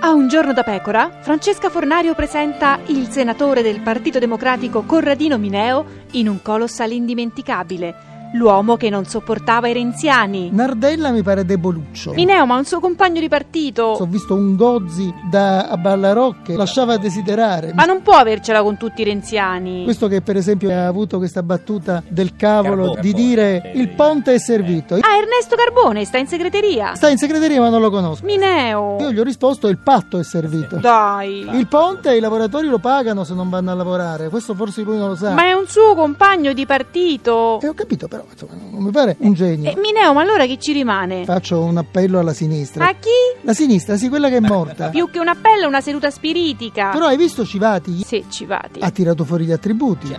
A un giorno da pecora, Francesca Fornario presenta il senatore del Partito Democratico Corradino Mineo in un colossal indimenticabile, l'uomo che non sopportava i renziani. Nardella mi pare deboluccio. Mineo, ma un suo compagno di Ho partito. visto un Gozzi da Ballarocche, lasciava a desiderare. Ma non può avercela con tutti i renziani. Questo che per esempio ha avuto questa battuta del cavolo Carbone, di carbone. dire Eh, il ponte è servito. Ah, Ernesto Carbone sta in segreteria. Sta in segreteria ma non lo conosco. Io Mineo. gli ho risposto il patto è servito. Dai. Il ponte i lavoratori lo pagano se non vanno a lavorare, questo forse lui non lo sa. Ma è un suo compagno di partito. E ho capito però, insomma, non mi pare un genio. Eh, Mineo, ma allora chi ci rimane? Faccio un appello alla sinistra. A chi? La sinistra, sì, quella che è morta. Più che un appello, una seduta spiritica. Però hai visto Civati? Se ci vati. Ha tirato fuori gli attributi.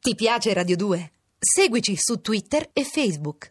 Ti piace Radio 2? Seguici su Twitter e Facebook.